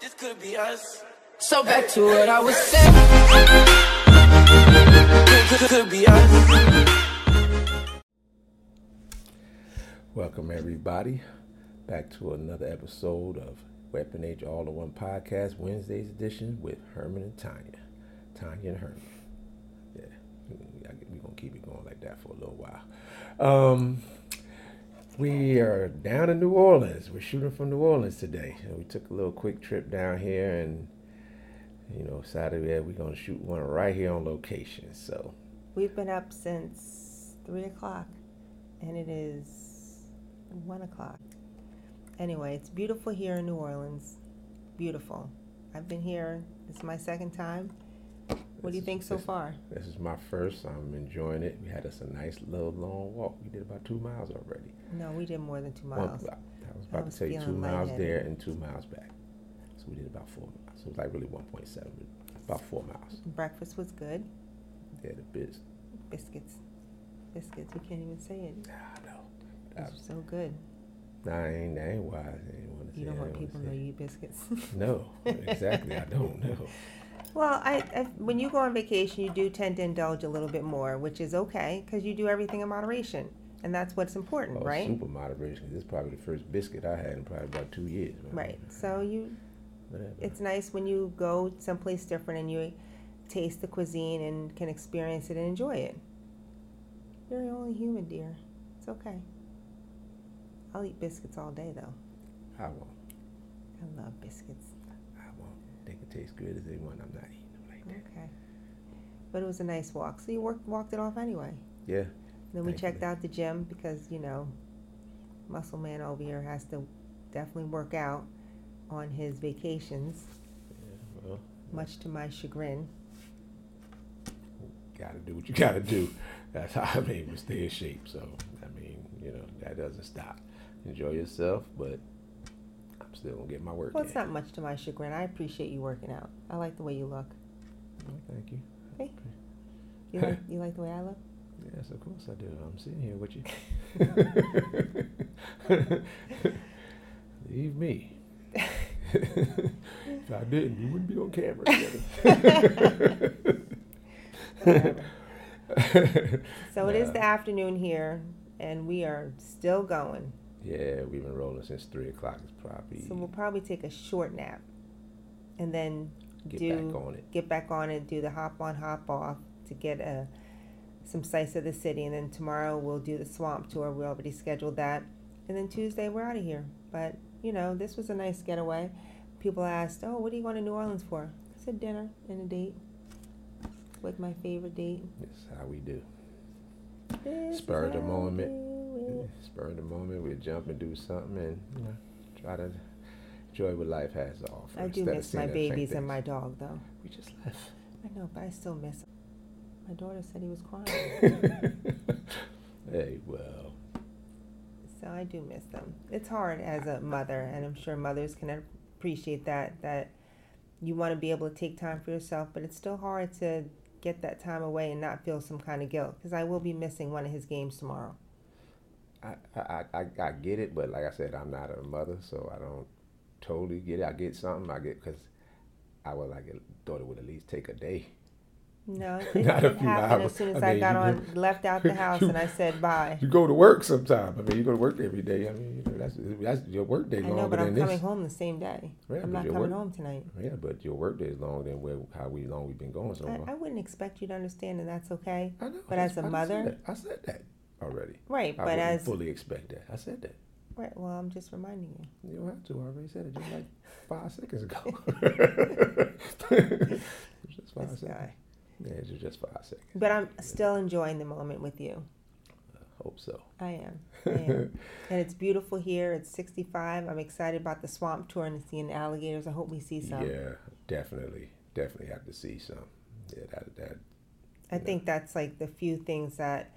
This could be us. So back to what I was saying. Could, could, could be us. Welcome, everybody, back to another episode of Weapon Age All in One Podcast, Wednesday's edition with Herman and Tanya. Tanya and Herman. Yeah, we're going to keep it going like that for a little while. Um, we are down in New Orleans. We're shooting from New Orleans today. And we took a little quick trip down here, and, you know, Saturday we're going to shoot one right here on location. So, We've been up since three o'clock, and it is one o'clock. Anyway, it's beautiful here in New Orleans. Beautiful. I've been here. This is my second time. What do you think so far? This is my first. I'm enjoying it. We had us a nice little long walk. We did about two miles already. No, we did more than two One- miles. I was I about was to tell you two feeling miles lightheaded. there and two miles back. So we did about four miles. So it was like really 1.7, about four miles. Breakfast was good. Yeah, the biz. Biscuits, biscuits. We can't even say it. I know. It's so good. Nah, I ain't, I ain't wise. I ain't want to say You don't I want ain't wanna people to know say- you eat biscuits. No, exactly. I don't know. Well, I, I when you go on vacation, you do tend to indulge a little bit more, which is okay because you do everything in moderation, and that's what's important, Oh, right? super moderation. 'cause This is probably the first biscuit I had in probably about two years. man. Right. So you, Yeah, it's nice when you go someplace different and you taste the cuisine and can experience it and enjoy it. You're only human, dear. It's okay. I'll eat biscuits all day, though. I won't. I love biscuits. I won't. They can taste good as they want. I'm not eating them like that. Okay. But it was a nice walk, so you worked walked it off anyway. Yeah. Then we Thankfully. checked out the gym because, you know, Muscle Man over here has to definitely work out on his vacations, yeah well, much to my chagrin. gotta do what you gotta do. That's how I mean we stay in shape. So I mean, you know, that doesn't stop. Enjoy yourself, but I'm still gonna get my work Well, in. it's not much to my chagrin. I appreciate you working out. I like the way you look. Well, thank you. You like, you like the way I look? Yes, of course I do. I'm sitting here with you. Leave me. if I didn't, you wouldn't be on camera. together. So it is Nah. the afternoon here, and we are still going. yeah, we've been rolling since three o'clock. It's probably So we'll probably take a short nap and then get do back on it. get back on and do the hop on hop off to get a some sights of the city and then tomorrow we'll do the swamp tour we already scheduled that and then tuesday we're out of here but you know this was a nice getaway people asked oh what are you going to new orleans for i said dinner and a date like my favorite date That's how we do. This is Spur of the how I moment. do it. spur of the moment, we jump and do something and you know, try to enjoy what life has to offer. i do instead of miss seeing my that same babies and things. my dog though We just left. i know but i still miss 'em. my daughter said he was crying Hey, well, So I do miss them. It's hard as a mother, and I'm sure mothers can appreciate that that you want to be able to take time for yourself, but it's still hard to get that time away and not feel some kind of guilt because I will be missing one of his games tomorrow. I, I, I, I get it, but like I said, I'm not a mother, so I don't totally get it. I get something. I get because I would like it, thought it would at least take a day. No, it, Not a it few happened hours. as soon as I I, mean, got you on, left out the house, and I said bye. You go to work sometime. I mean, you go to work every day. I mean, you know, that's that's your work day I longer know, but I'm than coming this. home the same day. Yeah, I'm but not your coming work- home tonight. Yeah, but your work day is longer than where how we long we've been going so far. I, I wouldn't expect you to understand, and that's okay. I know. But that's- as a I just mother- said that. I said that already. Right, I but wouldn't as fully expect that. I said that. right, well, I'm just reminding you. You don't have to. I already said it just like five seconds ago. It was just five This seconds. guy. Yeah, it was just five seconds. But I'm still enjoying the moment with you. I hope so. I am. I am. and it's beautiful here. It's 65. I'm excited about the swamp tour and seeing alligators. I hope we see some. Yeah, definitely, definitely have to see some. Yeah, that that. I think that's like the few things that,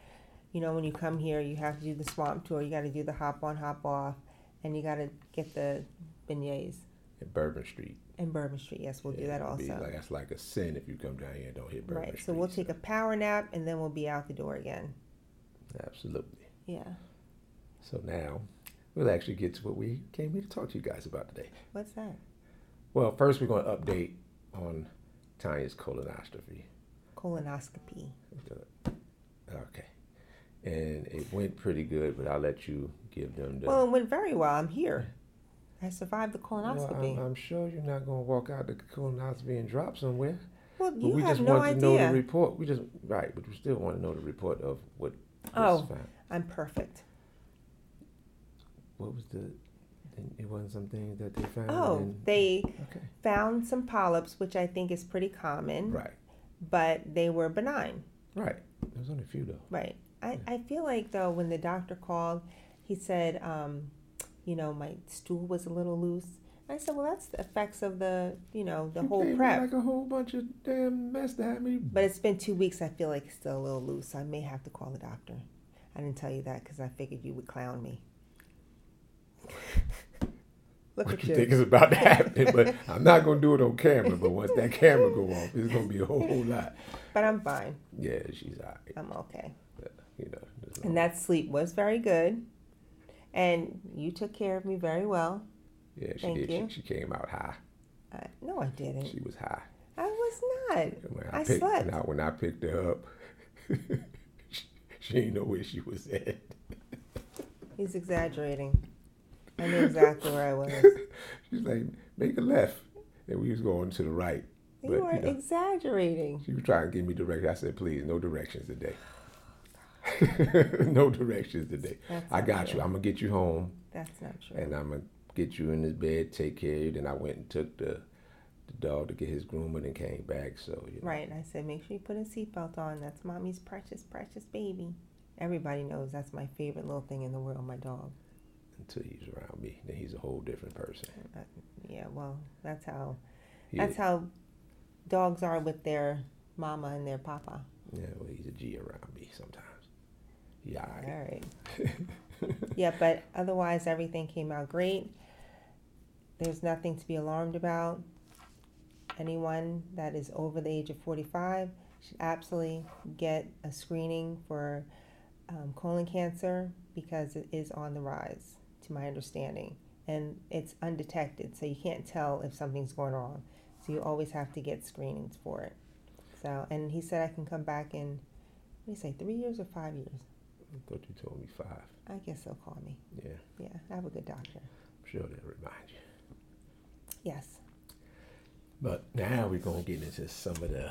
you know, when you come here, you have to do the swamp tour. You got to do the hop on, hop off, and you got to get the beignets and Bourbon Street. and Bourbon Street. Yes, we'll do yeah, that it'd be also. Like that's like a sin if you come down here and don't hit Bourbon right. Street. So we'll take a power nap and then we'll be out the door again. Absolutely. Yeah. So now, we'll actually get to what we came here to talk to you guys about today. What's that? Well, first we're going to update on Tanya's colonoscopy. Colonoscopy. Okay. And it went pretty good, but I'll let you give them the. Well, it went very well. I'm here. I survived the Well, I'm- colonoscopy. I'm, sure you're not going to walk out the colonoscopy and drop somewhere. Well, But you we have just no want to know the idea. report. We just right, but we still want to know the report of what. was Oh. found. I'm perfect. What was the? It wasn't something that they found. Oh, and- they Okay. found some polyps, which I think is pretty common, Right. but they were benign. Right. There's only a few though. Right. I, I feel like though when the doctor called, he said, um, you know, my stool was a little loose. I said, well, that's the effects of the, you know, the You whole gave me prep. Like a whole bunch of damn mess that had me. But it's been two weeks. I feel like it's still a little loose. I may have to call the doctor. I didn't tell you that because I figured you would clown me. Look what at you you. think is about to happen, but I'm not gonna do it on camera. But once that camera go off, it's gonna be a whole, lot. But I'm fine. Yeah, she's alright. I'm okay. You know, there's no- And that sleep was very good. And you took care of me very well. yeah, she thank did. you. She, she came out high. I, no, I didn't. She was high. I was not. And When I, I, picked, slept. When I, when I picked her up, she, she didn't know where she was at. He's exaggerating. I knew exactly where I was. She's like, make a left. And we was going to the right. But, You are you know, exaggerating. she was trying to give me directions. I said, please, no directions today. no directions today. That's I not got true. you. I'm going to get you home That's not true. and I'm going to get you in this bed, take care of you. Then I went and took the, the dog to get his groomer and came back. So, you know, Right. I said, make sure you put a seatbelt on. That's mommy's precious, precious baby. Everybody knows that's my favorite little thing in the world, my dog. until he's around me, then he's a whole different person. Yeah, well, that's how He that's how dogs are with their mama and their papa. Yeah, well, he's a G around me sometimes. Yeah, all All right. right. yeah, but otherwise everything came out great. There's nothing to be alarmed about. Anyone that is over the age of 45 should absolutely get a screening for um, colon cancer because it is on the rise, to my understanding. And it's undetected, so you can't tell if something's going wrong. So you always have to get screenings for it. So, and he said I can come back in, what do you say, three years or five years? I thought you told me five. I guess they'll call me. Yeah, Yeah, I have a good doctor. I'm sure they'll remind you. Yes. But now we're going to get into some of the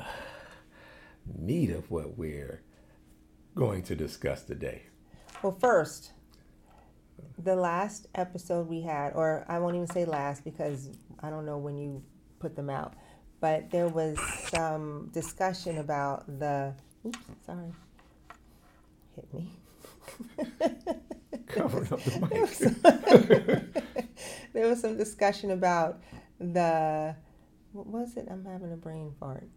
meat of what we're going to discuss today. Well, first, the last episode we had, or I won't even say last because I don't know when you put them out, but there was some discussion about the. Oops, sorry. Hit me. Covering up the mic. There was some- there was some discussion about the what was it? I'm having a brain fart.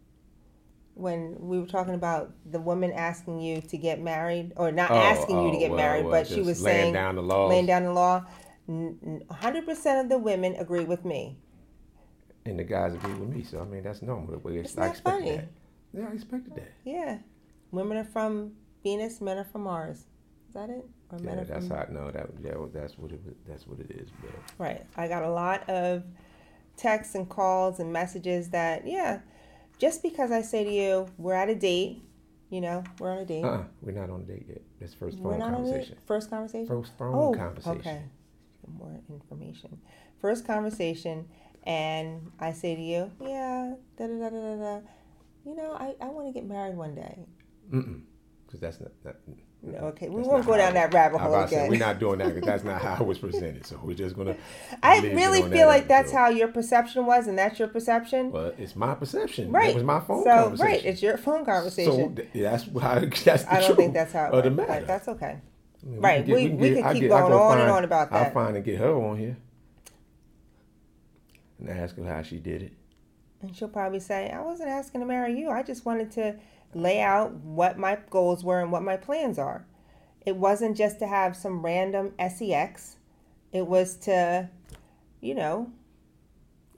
When we were talking about the woman asking you to get married, or not Oh, asking you to oh, get well, married, well, but she just was laying saying down the laws. laying down the law. N- n- 100% of the women agree with me. And the guys agree with me, so I mean, that's normal. The way it's, It's I not expected funny. that. Yeah, I expected that. Yeah, women are from Venus, men are from Mars. Is that it? Or men Yeah, are that's from how. No, that, that was- that's what it was- that's what it is. But Right. I got a lot of texts and calls and messages that, yeah, just because I say to you, we're at a date, you know, we're on a date. uh, we're not on a date yet. This first we're phone not on a conversation. date. First conversation? First phone oh, conversation. okay. More information. First conversation, and I say to you, yeah, da da da da da. da. You know, I, I want to get married one day. Mm-mm. Because that's not. not No, okay, we that's won't not go how- down that rabbit I'm hole about to say, again. we're not doing that because that's not how it was presented. So we're just gonna. I leave it really on feel that like that's episode. how your perception was, and that's your perception. Well, it's my perception. Right. It was my phone so, conversation. Right, it's your phone conversation. So th- that's how. That's the I don't truth think that's how it of the works, matter. but that's okay. I mean, right, we- we could I keep I going go on and on about that. I'll find and get her on here and ask her how she did it. And she'll probably say, I wasn't asking to marry you. I just wanted to lay out what my goals were and what my plans are. It wasn't just to have some random sex, it was to, you know,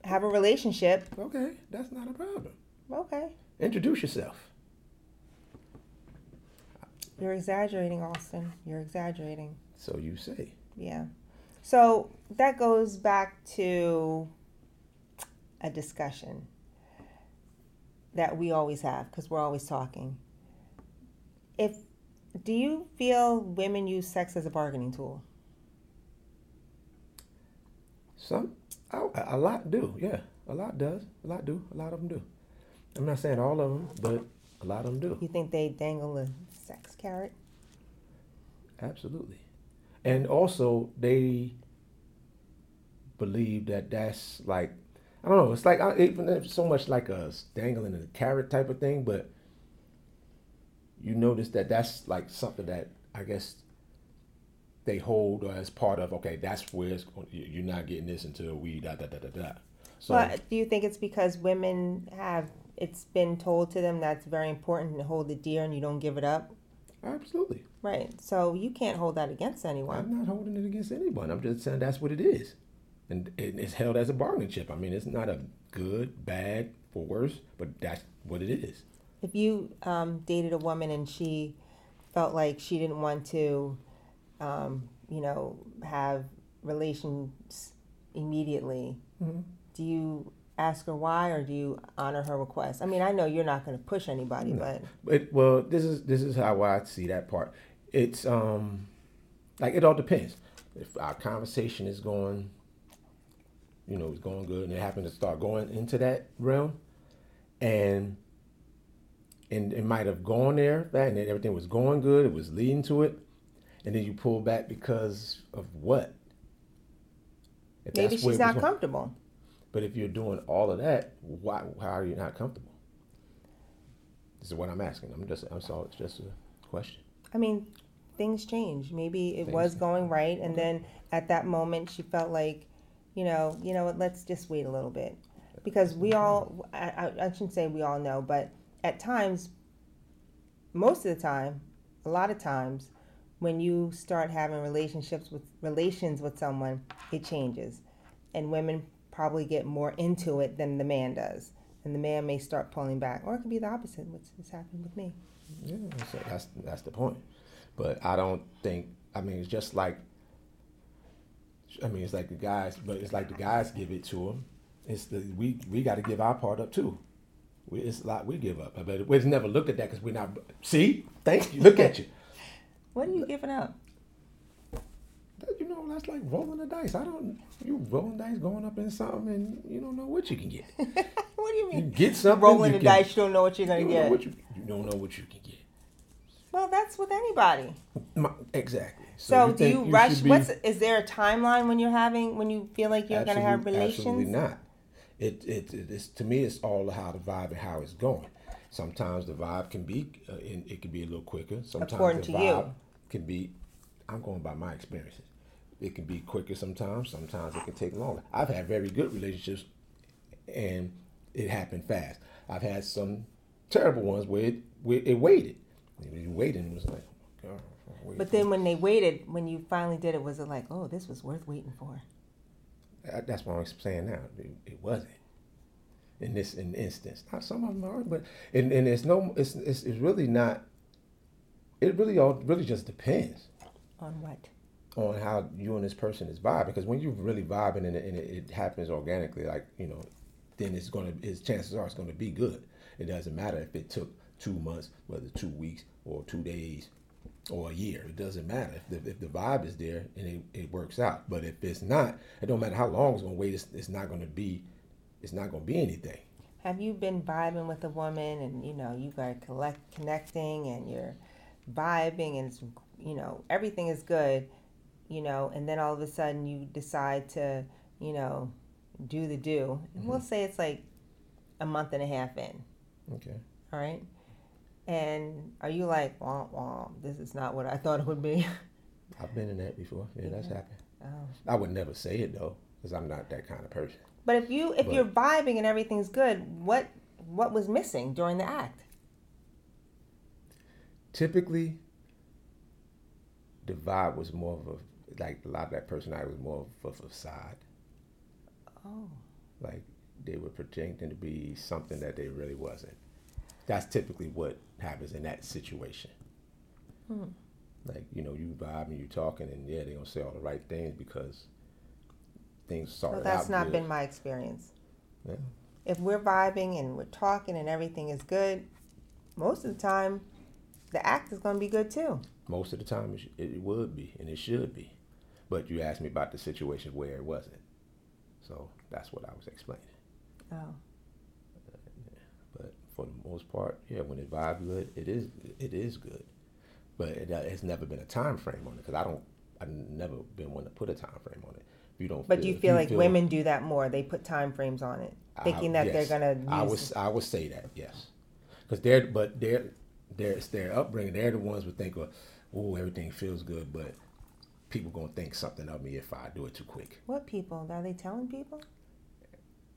have a relationship. Okay, that's not a problem. Okay, Introduce yourself. you're exaggerating, Austin. You're exaggerating. So you say. Yeah. So that goes back to a discussion that we always have because we're always talking. If do you feel women use sex as a bargaining tool? Some, a, a lot do. Yeah, a lot does. A lot do. A lot of them do. I'm not saying all of them, but a lot of them do. You think they dangle a sex carrot? Absolutely. And also, they believe that that's like, I don't know, it's like, I- even if so much like a dangling a carrot type of thing, but you notice that that's like something that I guess they hold or as part of, okay, that's where it's, going- you- you're not getting this until we da da da da da. So, But do you think it's because women have it's been told to them that's very important to hold the deer and you don't give it up? absolutely. Right. So you can't hold that against anyone. I'm not holding it against anyone. I'm just saying that's what it is. And it- it's held as a bargaining chip. I mean, it's not a good, bad, or worse, but that's what it is. If you um, dated a woman and she felt like she didn't want to, um, you know, have relations immediately, do you ask her why or do you honor her request? I mean, I know you're not going to push anybody, but But well, this is this is how I see that part. It's um like it all depends. If our conversation is going, you know, is going good, and it happened to start going into that realm, and and it might have gone there, that and everything was going good, it was leading to it, and then you pull back because of what? If that's where maybe she's it was not going- comfortable. but if you're doing all of that, why? How are you not comfortable? This is what I'm asking. I'm just. I'm sorry. It's just a question. I mean, things change. Maybe it Things change. was Mm-hmm. going right, and then at that moment, she felt like, you know, you know what? Let's just wait a little bit, because we Mm-hmm. all, I, I, I shouldn't say we all know, but at times, most of the time, a lot of times, when you start having relationships with relations with someone, it changes, and women probably get more into it than the man does. And the man may start pulling back, or it could be the opposite, which has happened with me. Yeah, that's that's, that's the point. But I don't think. I mean, it's just like. I mean, it's like the guys, but it's like the guys give it to them. It's the we we got to give our part up too. We, it's a lot we give up. I bet we just never look at that because we're not. See, thank you. Look at you. What are you giving up? That- You know, that's like rolling the dice. I don't. You rolling dice, going up in something, and you don't know what you can get. What do you You mean? get something. Rolling you the can- dice, you don't know what you're You gonna don't, know get. what you, you don't know what you can get. well, that's with anybody. My, exactly. So, do think you should rush? be- What's is there a timeline when you're having when you feel like you're gonna have Absolute- relations? Absolutely not. It, it, it it's, to me, it's all how the vibe and how it's going. Sometimes the vibe can be, uh, in, it can be a little quicker. Sometimes According the to you. vibe can be, I'm going by my experiences. It can be quicker sometimes. Sometimes it can take longer. I've had very good relationships, and it happened fast. I've had some terrible ones where it, where it waited. You waited and it was like, oh my God. I waited. But then when they waited, when you finally did it, was it like, oh, this was worth waiting for? I- that's what I'm saying now. It, it wasn't in this in instance. Not some of them are, but and, and it's no. It's, it's it's really not. It really all really just depends On what? on how you and this person is vibing. Because when you're really vibing and, it- and it, it happens organically, like you know, then it's gonna. Its chances are it's gonna be good. It doesn't matter if it took two months, whether two weeks or two days or a year. It doesn't matter if the, if the vibe is there and it, it works out. But if it's not, it don't matter how long it's gonna wait. It's, it's not gonna be. It's not gonna be anything. Have you been vibing with a woman, and you know you got collect connecting, and you're vibing, and it's, you know everything is good, you know, and then all of a sudden you decide to, you know, do the do. And We'll say it's like a month and a half in, Okay. all right. And are you like, womp womp? This is not what I thought it would be. I've been in that before. Yeah, that's happened. Oh. I would never say it though, because I'm not that kind of person. But if you if But- you're vibing and everything's good, what what was missing during the act? typically the vibe was more of a like a lot of that personality was more of a facade Oh. like they were projecting to be something that they really wasn't that's typically what happens in that situation Hmm. like you know you vibe and you talking and yeah they're gonna say all the right things because things started Well, that's out not good. been my experience. Yeah. If we're vibing and we're talking and everything is good, most of the time, the act is going to be good too. Most of the time, it, sh- it would be, and it should be. But you asked me about the situation where it wasn't. So that's what I was explaining. Oh, But for the most part, yeah, when it vibe good, it is it is good. But it, uh, it's never been a time frame on it because I don't I've never been one to put a time frame on it. If you don't, but do you if feel like women do that more? They put time frames on it, thinking I- that yes. they're going to. I would I would say that yes, because they're but they're they're it's their upbringing. They're the ones who think, well, oh, everything feels good, but people gonna think something of me if I do it too quick. What people are they telling people?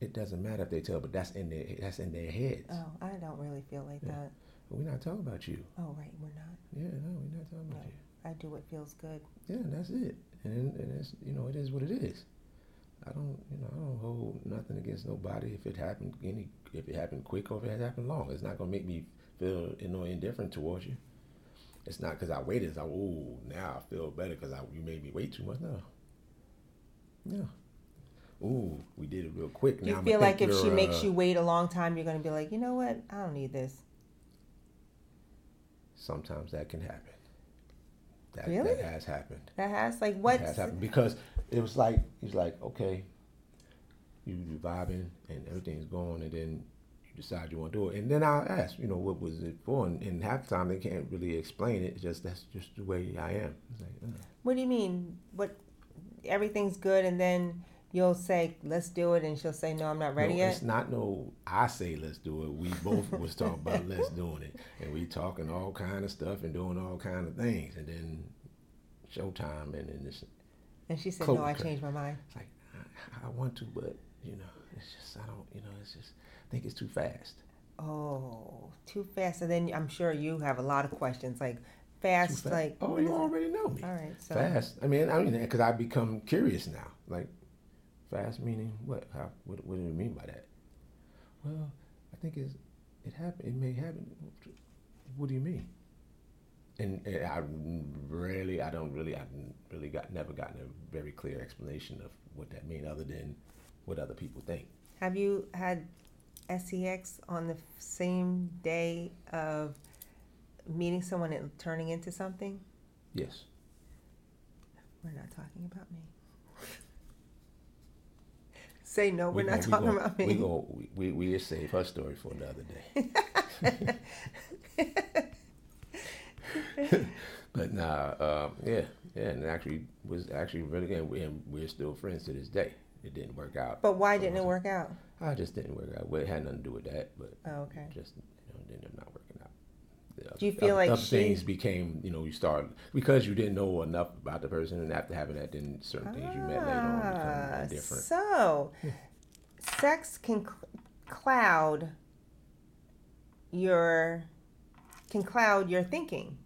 It doesn't matter if they tell, but that's in their that's in their heads. Oh, I don't really feel like that. We're not talking about you. Oh, right, we're not. Yeah, no, we're not talking about Right. you. I do what feels good. yeah, and that's it. And, then- and it's you know it is what it is. I don't you know I don't hold nothing against nobody if it happened any if it happened quick or if it happened long. It's not gonna make me feel you know indifferent towards you. It's not because I waited. It's like oh now I feel better because I you made me wait too much. No, no. Ooh, we did it real quick. Do you I'ma feel think like if she you're, makes uh, you wait a long time, you're going to be like, you know what? I don't need this. sometimes that can happen. That, Really? that has happened. That has like It what? has happened because it was like he's like okay you you vibing and everything's going and then you decide you want to do it and then i'll ask you know what was it for and, and half the time they can't really explain it it's just that's just the way i am it's like, uh, What do you mean? What? Everything's good, and then you'll say, "Let's do it," and she'll say, "No, I'm not ready no, yet." it's not no i say let's do it we both was talking about let's doing it and we talking all kind of stuff and doing all kind of things and then showtime and then it's, And she said, Cold "No, I cut. changed my mind." it's like I, I want to but you know it's just i don't you know it's just i think it's too fast Oh, too fast. And then I'm sure you have a lot of questions, like fast, Fa- like oh, what you is it? already know me. All right, so Fast. I mean, I mean, because I become curious now. Like, fast meaning what? How? What, what do you mean by that? Well, I think it's it happened. It may happen. What do you mean? And, and I rarely, I don't really, I've really got never gotten a very clear explanation of what that means, other than what other people think. have you had sex on the same day of meeting someone and turning into something? Yes. We're not talking about me. Say no, we're We not gon- we talking gon- about We me. go. We we we'll save her story for another day. but nah, um, yeah, yeah, and actually was actually really good, and we- and we're still friends to this day. It didn't work out. But why didn't it work out? I just didn't work out. Well, it had nothing to do with that, but Oh, okay. just you know, it ended up not working out. The Do you oth- feel oth- like other she- things became you know you started because you didn't know enough about the person, and after having that, then certain things you met later on Ah, become different. So, sex can cl- cloud your can cloud your thinking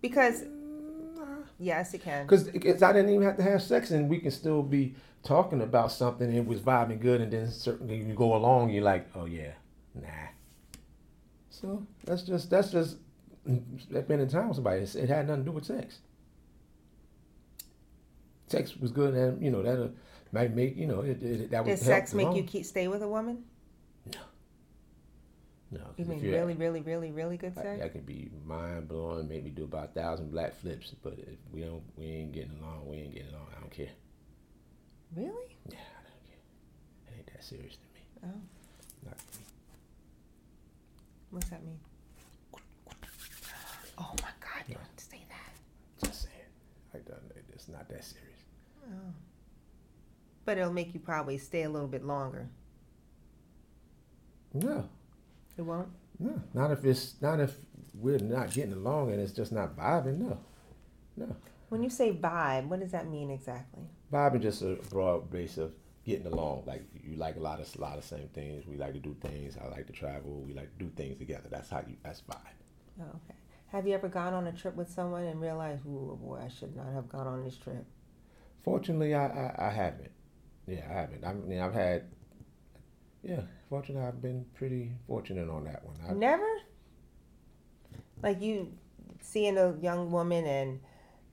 because yes, it can. Because I didn't even have to have sex, and we can still be talking about something and it was vibing good, and then certainly you go along, you're like, oh yeah, nah. So that's just that's just spending time with somebody. It's, it had nothing to do with sex. Sex was good, and you know that might make you know it, it, that would Does help sex make you along. keep stay with a woman? No, 'cause You if mean you're- really, really, really, really good I, sex? that could be mind blowing, make me do about a thousand black flips, but if we don't, we ain't getting along. We ain't getting along. I don't care. Really? Yeah, I don't care. It ain't that serious to me. Oh, Not- what's that mean? Oh my God! Don't say that. just saying. I done it. It's not that serious. Oh. But it'll make you probably stay a little bit longer. No, It won't. no. Not if it's not if we're not getting along and it's just not vibing. No, no. When you say vibe, what does that mean exactly? Vibing just a broad base of getting along. Like you like a lot of a lot of same things. We like to do things. I like to travel. We like to do things together. That's how you. That's vibe. Oh, okay. Have you ever gone on a trip with someone and realized, ooh, boy, I should not have gone on this trip? Fortunately, I, I, I haven't. Yeah, I haven't. I mean, I've had. Yeah, fortunately, I've been pretty fortunate on that one. I, Never? Like you seeing a young woman and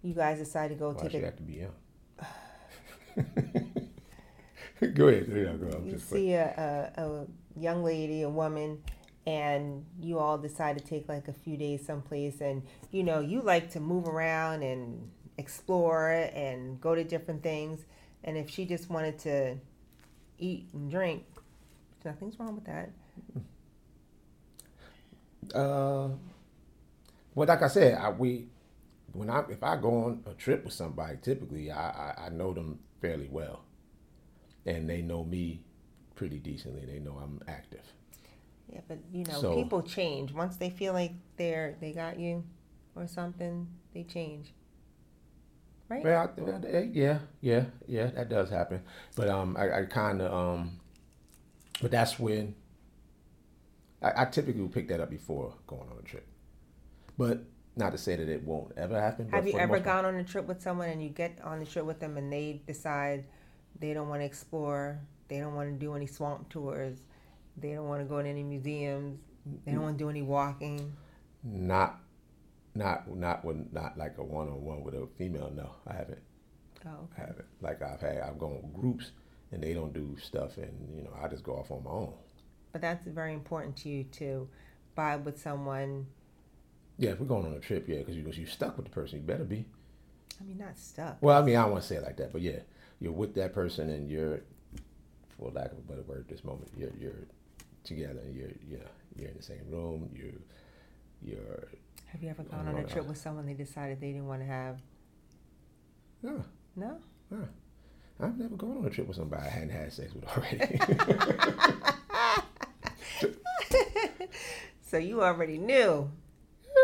you guys decide to go Why take should a have to be young? go ahead. Yeah, go. I'm you just playing. see a, a, a young lady, a woman, and you all decide to take like a few days someplace, and you know, you like to move around and explore and go to different things. And if she just wanted to eat and drink, nothing's wrong with that. Uh, well, like I said, I, we when I if I go on a trip with somebody, typically I, I I know them fairly well, and they know me pretty decently. They know I'm active. Yeah, but you know, So- people change once they feel like they're they got you or something, they change. Right? Well, I- well, eh, yeah, yeah, yeah, that does happen. But um, I, I kind of um, but that's when I, I typically would pick that up before going on a trip. But not to say that it won't ever happen. but Have you for the ever most part- gone on a trip with someone and you get on the trip with them and they decide they don't want to explore, they don't want to do any swamp tours, they don't want to go to any museums, they don't want to do any walking? Not, not, not when not like a one on one with a female. No, I haven't. I Oh, okay. haven't. Like I've had, I've gone with groups and they don't do stuff, and you know, I just go off on my own. But that's very important to you to vibe with someone. Yeah, if we're going on a trip, yeah, because you you're stuck with the person, you better be. I mean, not stuck. Well, I mean, I won't say it like that, but yeah, you're with that person and you're, for lack of a better word, this moment you're you're together. And you're you know you're in the same room. You you're Have you ever gone no, on a no. trip with someone they decided they didn't want to have? no. No? I've never gone on a trip with somebody I hadn't had sex with already. So you already knew.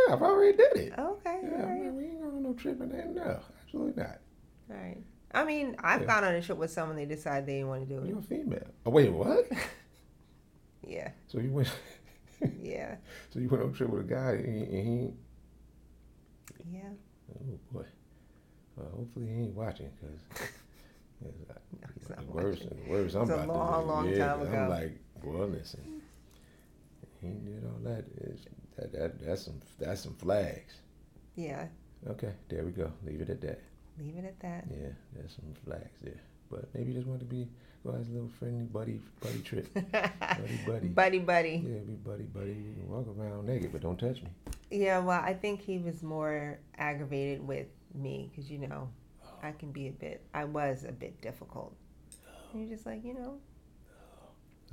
yeah, I've already did it. Okay. Yeah, all I'm right. like, we ain't going on no trip and that. No, absolutely not. All right. I mean, I've Yeah. gone on a trip with someone they decided they didn't want to do it. You're a female. Oh wait, what? Yeah. So you went, Yeah. so you went on a trip with a guy and he, and Yeah. he oh boy. Well, hopefully he ain't watching because. No, he's not the words, watching. the words I'm It's a about to long, do, long yeah, time 'cause ago. I'm like, well, listen, he did all that. It's, that, that. That's some. That's some flags. Yeah. Okay, there we go. Leave it at that. Leave it at that. Yeah, there's some flags there. But maybe just want to be go as a little friendly buddy buddy trip, buddy buddy. buddy, buddy. Yeah, be buddy buddy. You can walk around naked, but don't touch me. Yeah. Well, I think he was more aggravated with me because you know, I can be a bit. I was a bit difficult. And you're just like, you know,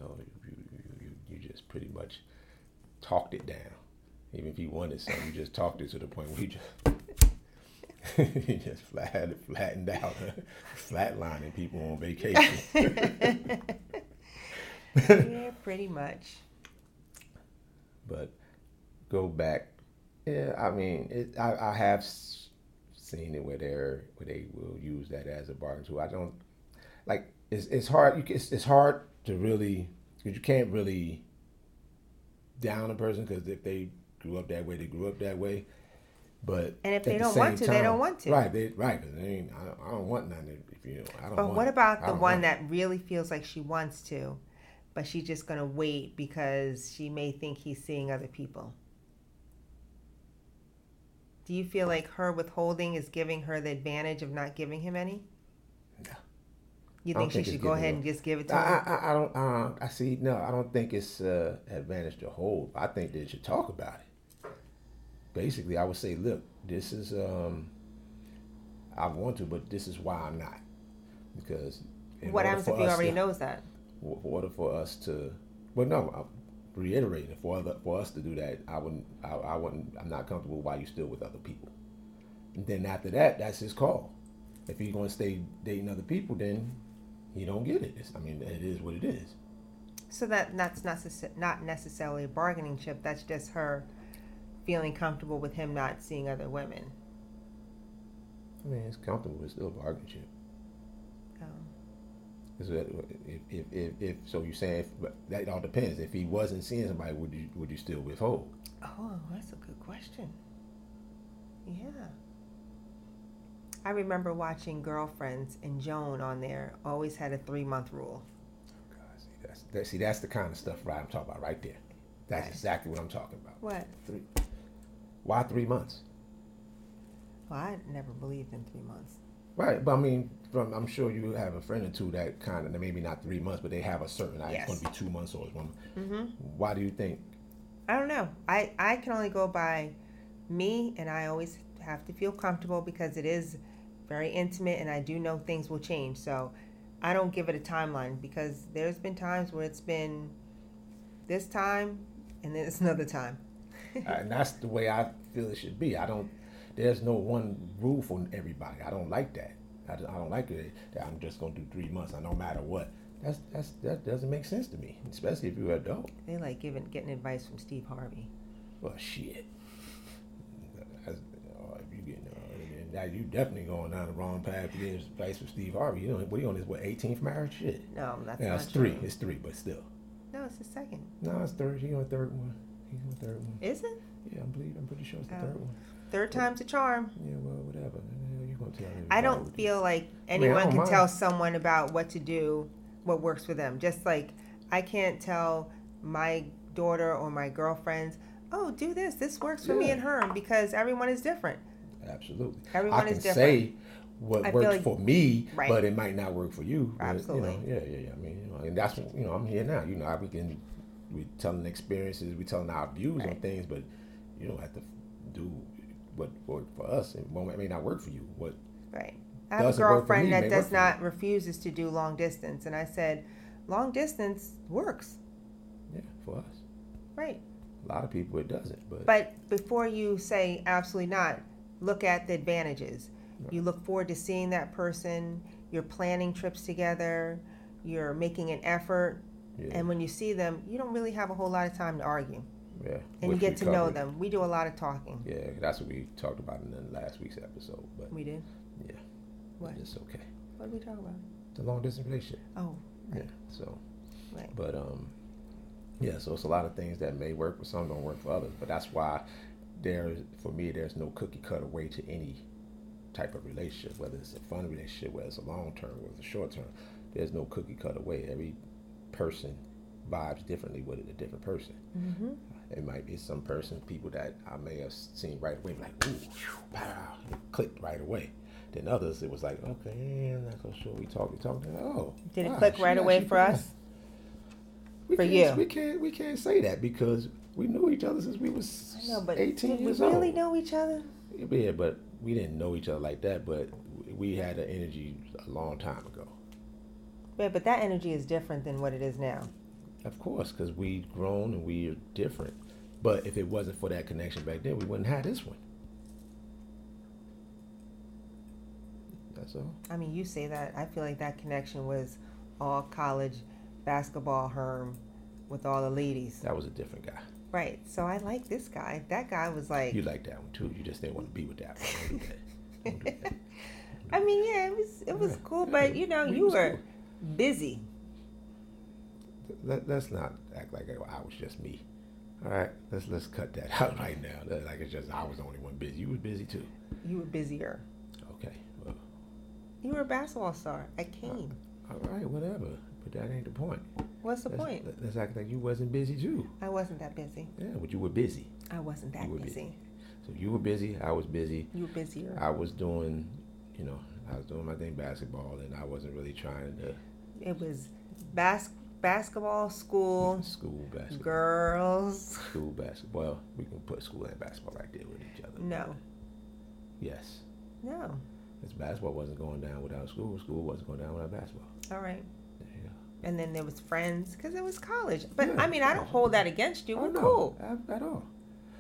Oh, you you, you, you you just pretty much talked it down. Even if he wanted something, you just talked it to the point where he just he just flat, flattened out, flatlining people on vacation. yeah, pretty much. but go back. Yeah, I mean, it, I I have s- seen it where they are where they will use that as a bargaining tool. I don't like it's it's hard. You can- it's, it's hard to really because you can't really down a person because if they grew up that way, they grew up that way. But And if at they the don't want same to, they don't want to. Right, they, right. Because I, ain't- I don't- I don't want nothing. If you, know, I don't. But want what it. about I the don't one want it. that really feels like she wants to, but she's just gonna wait because she may think he's seeing other people? Do you feel like her withholding is giving her the advantage of not giving him any? No. You I don't think she think it's should go giving ahead her- and just give it to I, him? I, I- I don't. Uh, I see. No, I don't think it's uh, advantage to hold. I think they should talk about it. Basically, I would say, look, this is. Um, I want to, but this is why I'm not, because. in What order happens for if he us already to- knows that? w- in order for us to, well, no, I'm reiterating for other, for us to do that, I wouldn't, I, I wouldn't, I'm not comfortable while you're still with other people. And then after that, that's his call. If he's going to stay dating other people, then he don't get it. It's, I mean, it is what it is. So that that's not necess- not necessarily a bargaining chip. That's just her feeling comfortable with him not seeing other women. I mean, it's comfortable. It's still a bargaining chip. Um, Is that- uh, If, if, if, if, so you're saying if, but that all depends. If he wasn't seeing somebody, would you would you still withhold? Oh, that's a good question. Yeah. I remember watching Girlfriends and Joan on there always had a three month rule. God, see, that's, that, see, that's the kind of stuff right I'm talking about right there. That's exactly what I'm talking about. What? Three. Why three months? Well, I never believed in three months. Right, but I mean, from I'm sure you have a friend or two that kind of maybe not three months, but they have a certain. like, It's Yes. going to be two months or it's one. Why do you think? I don't know. I, I can only go by me, and I always have to feel comfortable because it is very intimate, and I do know things will change. So I don't give it a timeline because there's been times where it's been this time and then it's another time. and that's the way I feel it should be. I don't. There's no one rule for everybody. I don't like that. I, don't- I don't like it that I'm just going to do three months. I no matter what. That's that's that doesn't make sense to me, especially if you're an adult. They like giving getting advice from Steve Harvey. Well, shit. That's, oh, if you getting uh, now you definitely going down the wrong path. You getting advice from Steve Harvey. You know what you on this? What 18th marriage? Shit. No, that's Yeah, not it's true. three. It's three, but still. No, it's the second. No, it's third. He on third one. He on third one. Is it? Yeah, I believe. I'm pretty sure it's the Oh. third one. Third time's a charm. Yeah, well, whatever. Yeah, You gonna tell me? I about don't it. feel I like mean, I anyone don't can mind. tell someone about what to do, what works for them. Just like I can't tell my daughter or my girlfriends, oh, do this. This works for me Yeah. and her because everyone is different. Absolutely. Everyone I can is different. say what I feel worked like- for me, Right. but it might not work for you. but, Absolutely. You know, yeah, yeah, yeah. I mean, you know, and that's what, you know, I'm here now. You know, I, we can we telling experiences, we telling our views on Right. things, but you don't have to do what worked for us. It, won't, it may not work for you. What? Right. I have a Doesn't work for girlfriend me, may that work does for you. not refuses to do long distance, and I said, long distance works. Yeah, for us. Right. A lot of people it doesn't, but, But before you say absolutely not, look at the advantages. You look forward to seeing that person, you're planning trips together, you're making an effort, yeah, and when you see them, you don't really have a whole lot of time to argue. yeah. Which And you we get to know covered. them. We do a lot of talking. Yeah, that's what we talked about in the last week's episode. But We do. yeah, What? it's okay. What did we talk about? It's a long distance relationship. Oh, Yeah. So, right. but um, yeah. So it's a lot of things that may work for some, don't work for others. But that's why there, for me, there's no cookie cutter way to any type of relationship, whether it's a fun relationship, whether it's a long term, whether it's a short term. There's no cookie cutter way. Every person vibes differently with a different person. Mm-hmm. It might be some person, people that I may have seen right away, like, ooh, phew, wow, it clicked right away. Then others, it was like, okay, I'm not so sure we talked. We talked. Oh, Did it wow, click she right away actually for put us? we for can't, you. We can't we can't say that because we knew each other since we was I know, but 18 did we years really old. know each other? Yeah, but we didn't know each other like that. But we had an energy a long time ago, Yeah, but that energy is different than what it is now. of course, because we grown and we are different. But if it wasn't for that connection back then, we wouldn't have this one. That's all. I mean, you say that. I feel like that connection was all college basketball herm with all the ladies. That was a different guy. Right. So I like this guy. That guy was You like, like that one too. You just didn't want to be with that one. Don't do that. Don't do that. I mean, yeah, it was it was Yeah, cool, yeah, but you know, we you was were busy. let, let's not act like it I was just me. All right, let's let's cut that out right now. That- Like it's just I was the only one busy. You was busy too. You were busier. Okay. Well, You were a basketball star. I came. all right, whatever. But that ain't the point. What's the let's, point? let- Let's act like you wasn't busy too. I wasn't that busy. Yeah, but you were busy. I wasn't that you were busy. So you were busy. I was busy. You were busier. I was doing, you know, I was doing my thing basketball, and I wasn't really trying to It was bas- basketball, school, school basketball. girls. School basketball. Well, we can put school and basketball right there with each other. No, Yes. no. Because basketball wasn't going down without school. School wasn't going down without basketball. All right. Yeah. and then there was friends because it was college. But Yeah, I mean, I don't yeah. hold that against you. Oh, We're no, cool. At, at all.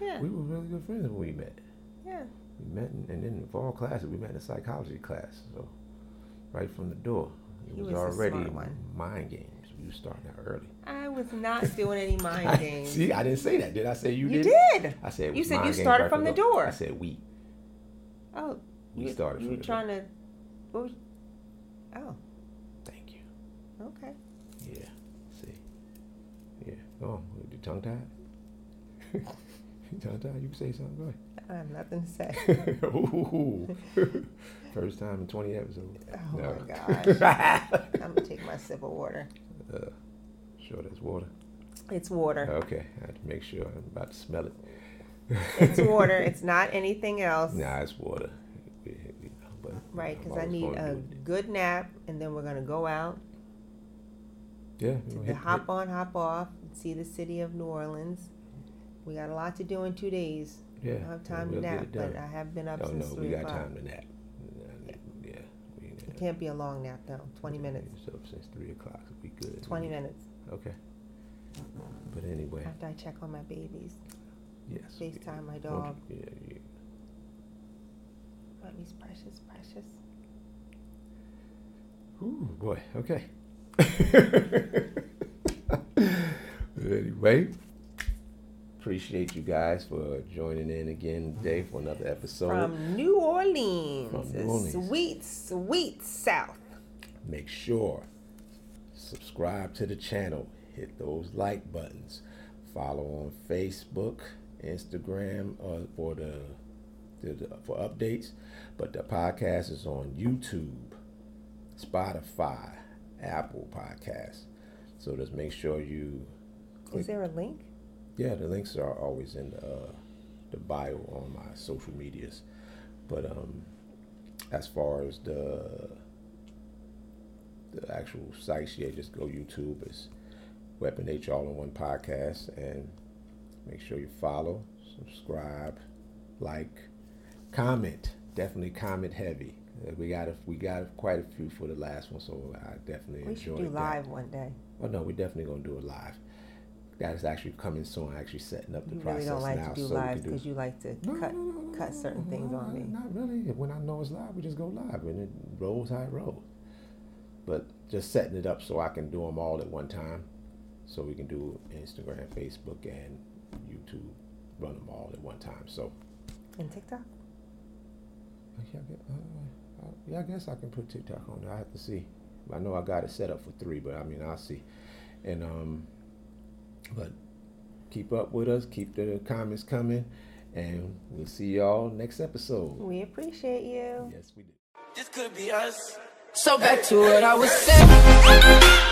Yeah, We were really good friends when we met. yeah. We met, in, and then for all classes, we met in a psychology class. So, right from the door, it He was, was the already smart one. mind games. We was starting out early. I was not doing any mind games. See, I didn't say that. Did I say you, you did? did. I said You it was said you mind games started right from the door. I said we. Oh, We you, started You from were the trying to. What was, oh, Thank you. okay. Yeah. See. Yeah. Oh, you tongue tied? you tongue tied? You can say something. Go ahead. I have nothing to say. Ooh. First time in 20 episodes. Oh No. my gosh. I'm gonna take my sip of water. Uh, sure, that's water. It's water. Okay, I had to make sure I'm about to smell it. It's water. It's not anything else. Nah, it's water. We- we- But Right, I'm because I always need going a with good nap, and then we're gonna go out Yeah, you to know, the hit- hop on, hop off, and see the city of New Orleans. We got a lot to do in two days. hit- yeah, I don't have and time to we'll get nap, it but done. Oh, I have been up No, since no, three we got o'clock. time to nap. Yeah, yeah, we can It can't be a long nap though. Twenty minutes, It's up since three o'clock. so We good. twenty We- minutes Okay. But anyway, after I check on my babies. yes. we- FaceTime my won't dog. you- Yeah, yeah. Mommy's precious, precious. Ooh, boy. Okay. anyway, appreciate you guys for joining in again today for another episode. From New Orleans, From the New Orleans. sweet, sweet South. Make sure subscribe to the channel, hit those like buttons, follow on Facebook, Instagram, uh, for the, the, the for updates. But the podcast is on YouTube, Spotify, Apple Podcasts. So just make sure you Is there a link? yeah, the links are always in the, uh, the bio on my social medias. But um, as far as the the actual sites, yeah, just go YouTube. It's Weapon H All in One Podcast, and make sure you follow, subscribe, like, comment. Definitely comment heavy. Uh, We got a, we got quite a few for the last one, so I definitely We should enjoyed do that. live one day. Oh no, we're definitely gonna do it live. That is actually coming soon. Actually setting up the You really process don't like now, to do so we live can because do. you like to No, cut no, no, no, cut no, certain no, things no, on me. Not really. When I know it's live, we just go live, and it rolls how it rolls. But just setting it up so I can do them all at one time, so we can do Instagram, Facebook, and YouTube, run them all at one time. So And TikTok? yeah, I guess, uh, yeah, I guess I can put TikTok on. there. I have to see. I know I got it set up for three, but I mean, I'll see. And um, but keep up with us. Keep the comments coming, and we'll see y'all next episode. We appreciate you. Yes, we do. This could be us. So back to what I was saying.